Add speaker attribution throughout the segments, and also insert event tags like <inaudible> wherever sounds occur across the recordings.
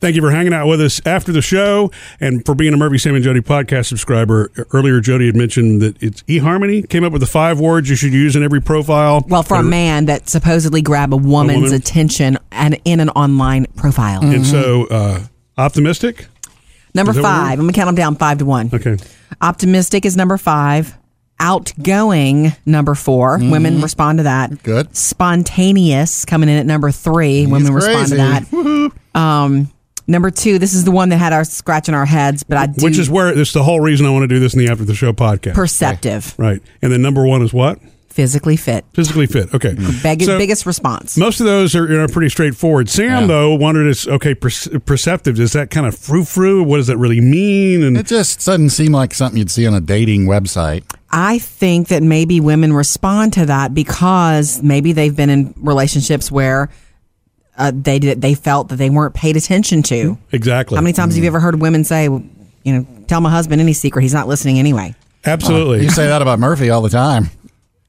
Speaker 1: Thank you for hanging out with us after the show and for being a Murphy, Sam, and Jody podcast subscriber. Earlier, Jody had mentioned that it's eHarmony came up with the five words you should use in every profile.
Speaker 2: Well, for a man that supposedly grab a woman's
Speaker 1: woman?
Speaker 2: attention and in an online profile.
Speaker 1: And so, uh, optimistic?
Speaker 2: Number
Speaker 1: Is that what we're-
Speaker 2: five. I'm gonna count them down five to one.
Speaker 1: Okay.
Speaker 2: Optimistic is number five. Outgoing, number 4
Speaker 1: Mm-hmm.
Speaker 2: Women respond to that.
Speaker 3: Good.
Speaker 2: Spontaneous, coming in at number three. women respond to
Speaker 3: crazy.
Speaker 2: that. Um, number two, this is the one that had our scratch in our heads, but I do.
Speaker 1: Which is where it's the whole reason I want to do this in the after the show podcast.
Speaker 2: perceptive,
Speaker 1: right. And then number one is what?
Speaker 2: physically fit.
Speaker 1: Physically fit. Okay.
Speaker 2: Big,
Speaker 1: So-
Speaker 2: biggest response.
Speaker 1: Most of those are, are pretty straightforward. Sam, though, wondered, is, okay, perce- perceptive, is that kind of frou frou? What does that really mean? And
Speaker 3: It just doesn't seem like something you'd see on a dating website.
Speaker 2: I think that maybe women respond to that because maybe they've been in relationships where uh, they did, they felt that they weren't paid attention to.
Speaker 1: exactly.
Speaker 2: How many times have you ever heard women say, well, you know, tell my husband any secret, he's not listening anyway?
Speaker 1: Absolutely. Uh-huh. <laughs>
Speaker 3: You say that about Murphy all the time.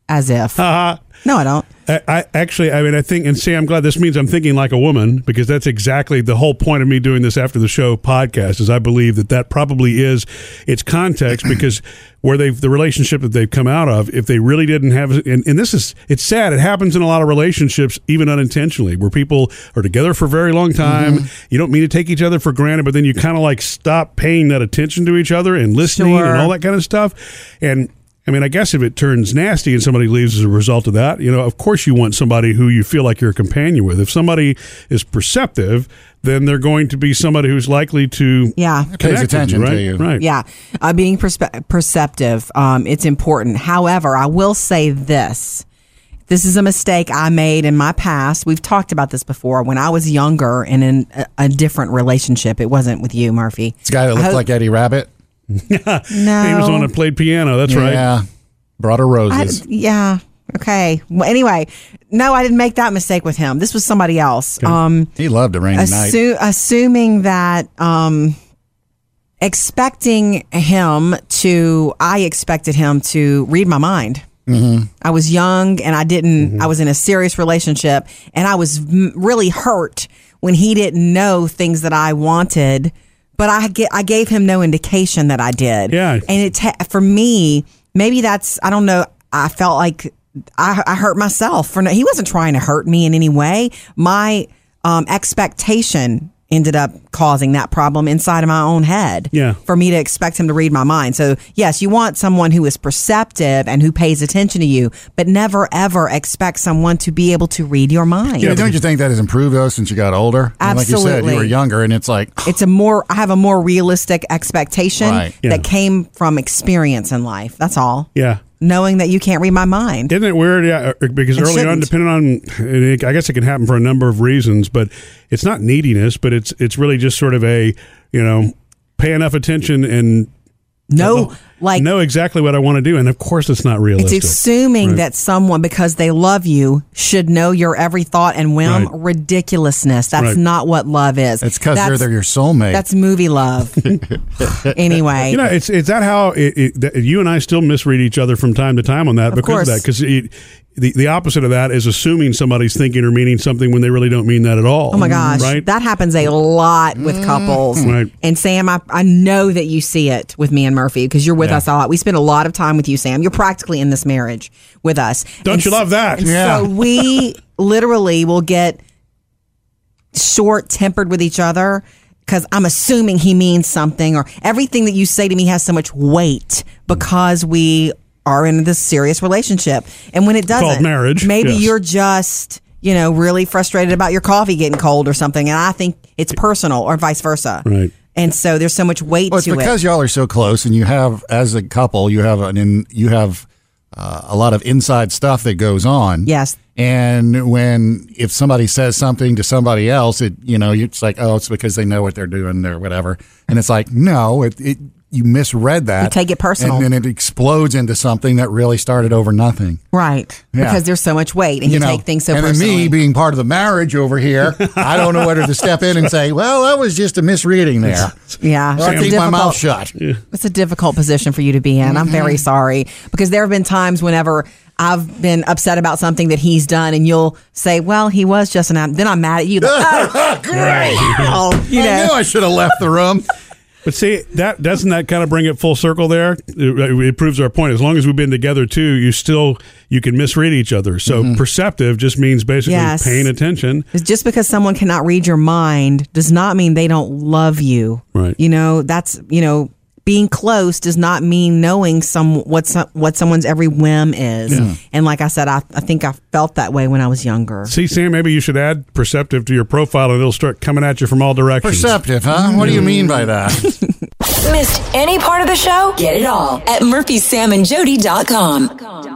Speaker 2: As if.
Speaker 1: Uh,
Speaker 2: no, I don't.
Speaker 1: I, I actually, I mean, I think, and see, I'm glad this means I'm thinking like a woman because that's exactly the whole point of me doing this after the show podcast. Is I believe that that probably is its context because <clears throat> where they've the relationship that they've come out of, if they really didn't have, and, and this is it's sad. It happens in a lot of relationships, even unintentionally, where people are together for a very long time. You don't mean to take each other for granted, but then you kind of like stop paying that attention to each other and listening
Speaker 2: Sure.
Speaker 1: and all that kind of stuff, and. I mean, I guess if it turns nasty and somebody leaves as a result of that, you know, of course you want somebody who you feel like you're a companion with. If somebody is perceptive, then they're going to be somebody who's likely to
Speaker 2: Yeah.
Speaker 1: connect with
Speaker 3: attention
Speaker 1: you,
Speaker 3: to
Speaker 1: right?
Speaker 3: you.
Speaker 1: Right.
Speaker 2: Yeah. Uh, being perspe- perceptive, um, it's important. However, I will say this. This is a mistake I made in my past. We've talked about this before when I was younger and in a, a different relationship. It wasn't with you, Murphy.
Speaker 3: This guy that looked
Speaker 2: hope-
Speaker 3: like Eddie Rabbit.
Speaker 2: No.
Speaker 1: He was the one that played piano. That's right.
Speaker 3: Yeah. Brought her
Speaker 2: I-
Speaker 3: roses.
Speaker 2: yeah. Okay. Well, anyway, no, I didn't make that mistake with him. This was somebody else. Um,
Speaker 3: he loved a rainy night.
Speaker 2: assu- assuming that um expecting him to i expected him to read my mind i was young and i didn't
Speaker 1: Mm-hmm.
Speaker 2: i was in a serious relationship and i was m- really hurt when he didn't know things that i wanted but i get i gave him no indication that i did
Speaker 1: Yeah.
Speaker 2: and it ta- for me maybe that's i don't know i felt like i, I hurt myself for no, he wasn't trying to hurt me in any way my um, expectation ended up causing that problem inside of my own head
Speaker 1: Yeah.
Speaker 2: for me to expect him to read my mind so yes you want someone who is perceptive and who pays attention to you but never ever expect someone to be able to read your mind
Speaker 3: Yeah, don't you think that has improved though since you got older? And Like you said,
Speaker 2: Absolutely.
Speaker 3: you were younger, and it's like <gasps>
Speaker 2: it's a more i have a more realistic expectation
Speaker 3: Right.
Speaker 1: Yeah.
Speaker 2: that came from experience in life that's all
Speaker 1: Yeah.
Speaker 2: knowing that you can't read my mind
Speaker 1: Isn't it weird? Yeah, uh, because
Speaker 2: It
Speaker 1: early on,
Speaker 2: shouldn't.
Speaker 1: depending on, and it, I guess it can happen for a number of reasons, but it's not neediness, but it's it's really just sort of a you know pay enough attention and
Speaker 2: no like
Speaker 1: know exactly what I want to do, and of course it's not realistic.
Speaker 2: It's assuming that someone, because they love you, should know your every thought and whim.
Speaker 1: Right.
Speaker 2: Ridiculousness. That's
Speaker 1: Right.
Speaker 2: not what love is.
Speaker 3: it's because they're,
Speaker 2: That's-
Speaker 3: they're your soulmate.
Speaker 2: That's movie love. anyway,
Speaker 1: You know, it's is that how it, it, that you and I still misread each other from time to time on that because
Speaker 2: course.
Speaker 1: of that because the the opposite of that is assuming somebody's thinking or meaning something when they really don't mean that at all.
Speaker 2: oh my gosh,
Speaker 1: Mm, right? Mm.
Speaker 2: that happens a lot with couples.
Speaker 1: Right.
Speaker 2: And Sam, I, I know that you see it with me and Murphy because you're with us a lot. We spend a lot of time with you, Sam. You're practically in this marriage with us.
Speaker 1: Don't
Speaker 2: And
Speaker 1: you
Speaker 2: s-
Speaker 1: love that?
Speaker 2: and
Speaker 3: Yeah.
Speaker 2: So we literally will get short tempered with each other because I'm assuming he means something, or everything that you say to me has so much weight because we are in this serious relationship. And when it doesn't,
Speaker 1: marriage,
Speaker 2: maybe
Speaker 1: yes.
Speaker 2: you're just. You know, really frustrated about your coffee getting cold or something, and I think it's personal, or vice versa.
Speaker 1: Right.
Speaker 2: And so there's so much weight
Speaker 3: well, it's
Speaker 2: to it.
Speaker 3: because y'all are so close, and you have as a couple, you have an in, you have uh, a lot of inside stuff that goes on.
Speaker 2: Yes.
Speaker 3: And when if somebody says something to somebody else, it you know it's like oh it's because they know what they're doing or whatever, and it's like no it. it you misread that.
Speaker 2: You take it personal.
Speaker 3: And then it explodes into something that really started over nothing.
Speaker 2: right.
Speaker 3: Yeah.
Speaker 2: Because there's so much weight, and you, take things so
Speaker 3: and then
Speaker 2: personally.
Speaker 3: me being part of the marriage over here, I don't know whether to step in and say, "Well, that was just a misreading there."
Speaker 2: yeah.
Speaker 3: Or I
Speaker 2: It's
Speaker 3: keep my
Speaker 2: difficult.
Speaker 3: mouth shut. Mm-hmm.
Speaker 2: It's a difficult position for you to be in. I'm very sorry because there have been times whenever I've been upset about something that he's done, and you'll say, "Well, he was just an." Then I'm mad at
Speaker 3: <laughs>
Speaker 2: you. Like, oh, <laughs>
Speaker 3: Great.
Speaker 2: wow, you
Speaker 3: I
Speaker 2: know.
Speaker 3: knew I should have left
Speaker 2: <laughs>
Speaker 3: the room.
Speaker 1: But see, that doesn't that kind of bring it full circle there? It, it proves our point. As long as we've been together too, you still you can misread each other. So perceptive just means basically
Speaker 2: Mm-hmm. Yes.
Speaker 1: paying attention.
Speaker 2: It's Just because someone cannot read your mind does not mean they don't love you.
Speaker 1: Right.
Speaker 2: You know, that's, you know, being close does not mean knowing some what some, what someone's every whim is. And like I said, I, I think I felt that way when I was younger.
Speaker 1: See, Sam, maybe you should add perceptive to your profile, and it'll start coming at you from all directions.
Speaker 3: Perceptive, huh? What do you mean
Speaker 2: <laughs>
Speaker 3: by that?
Speaker 4: Missed any part of the show? Get it all at murphysamandjody.com.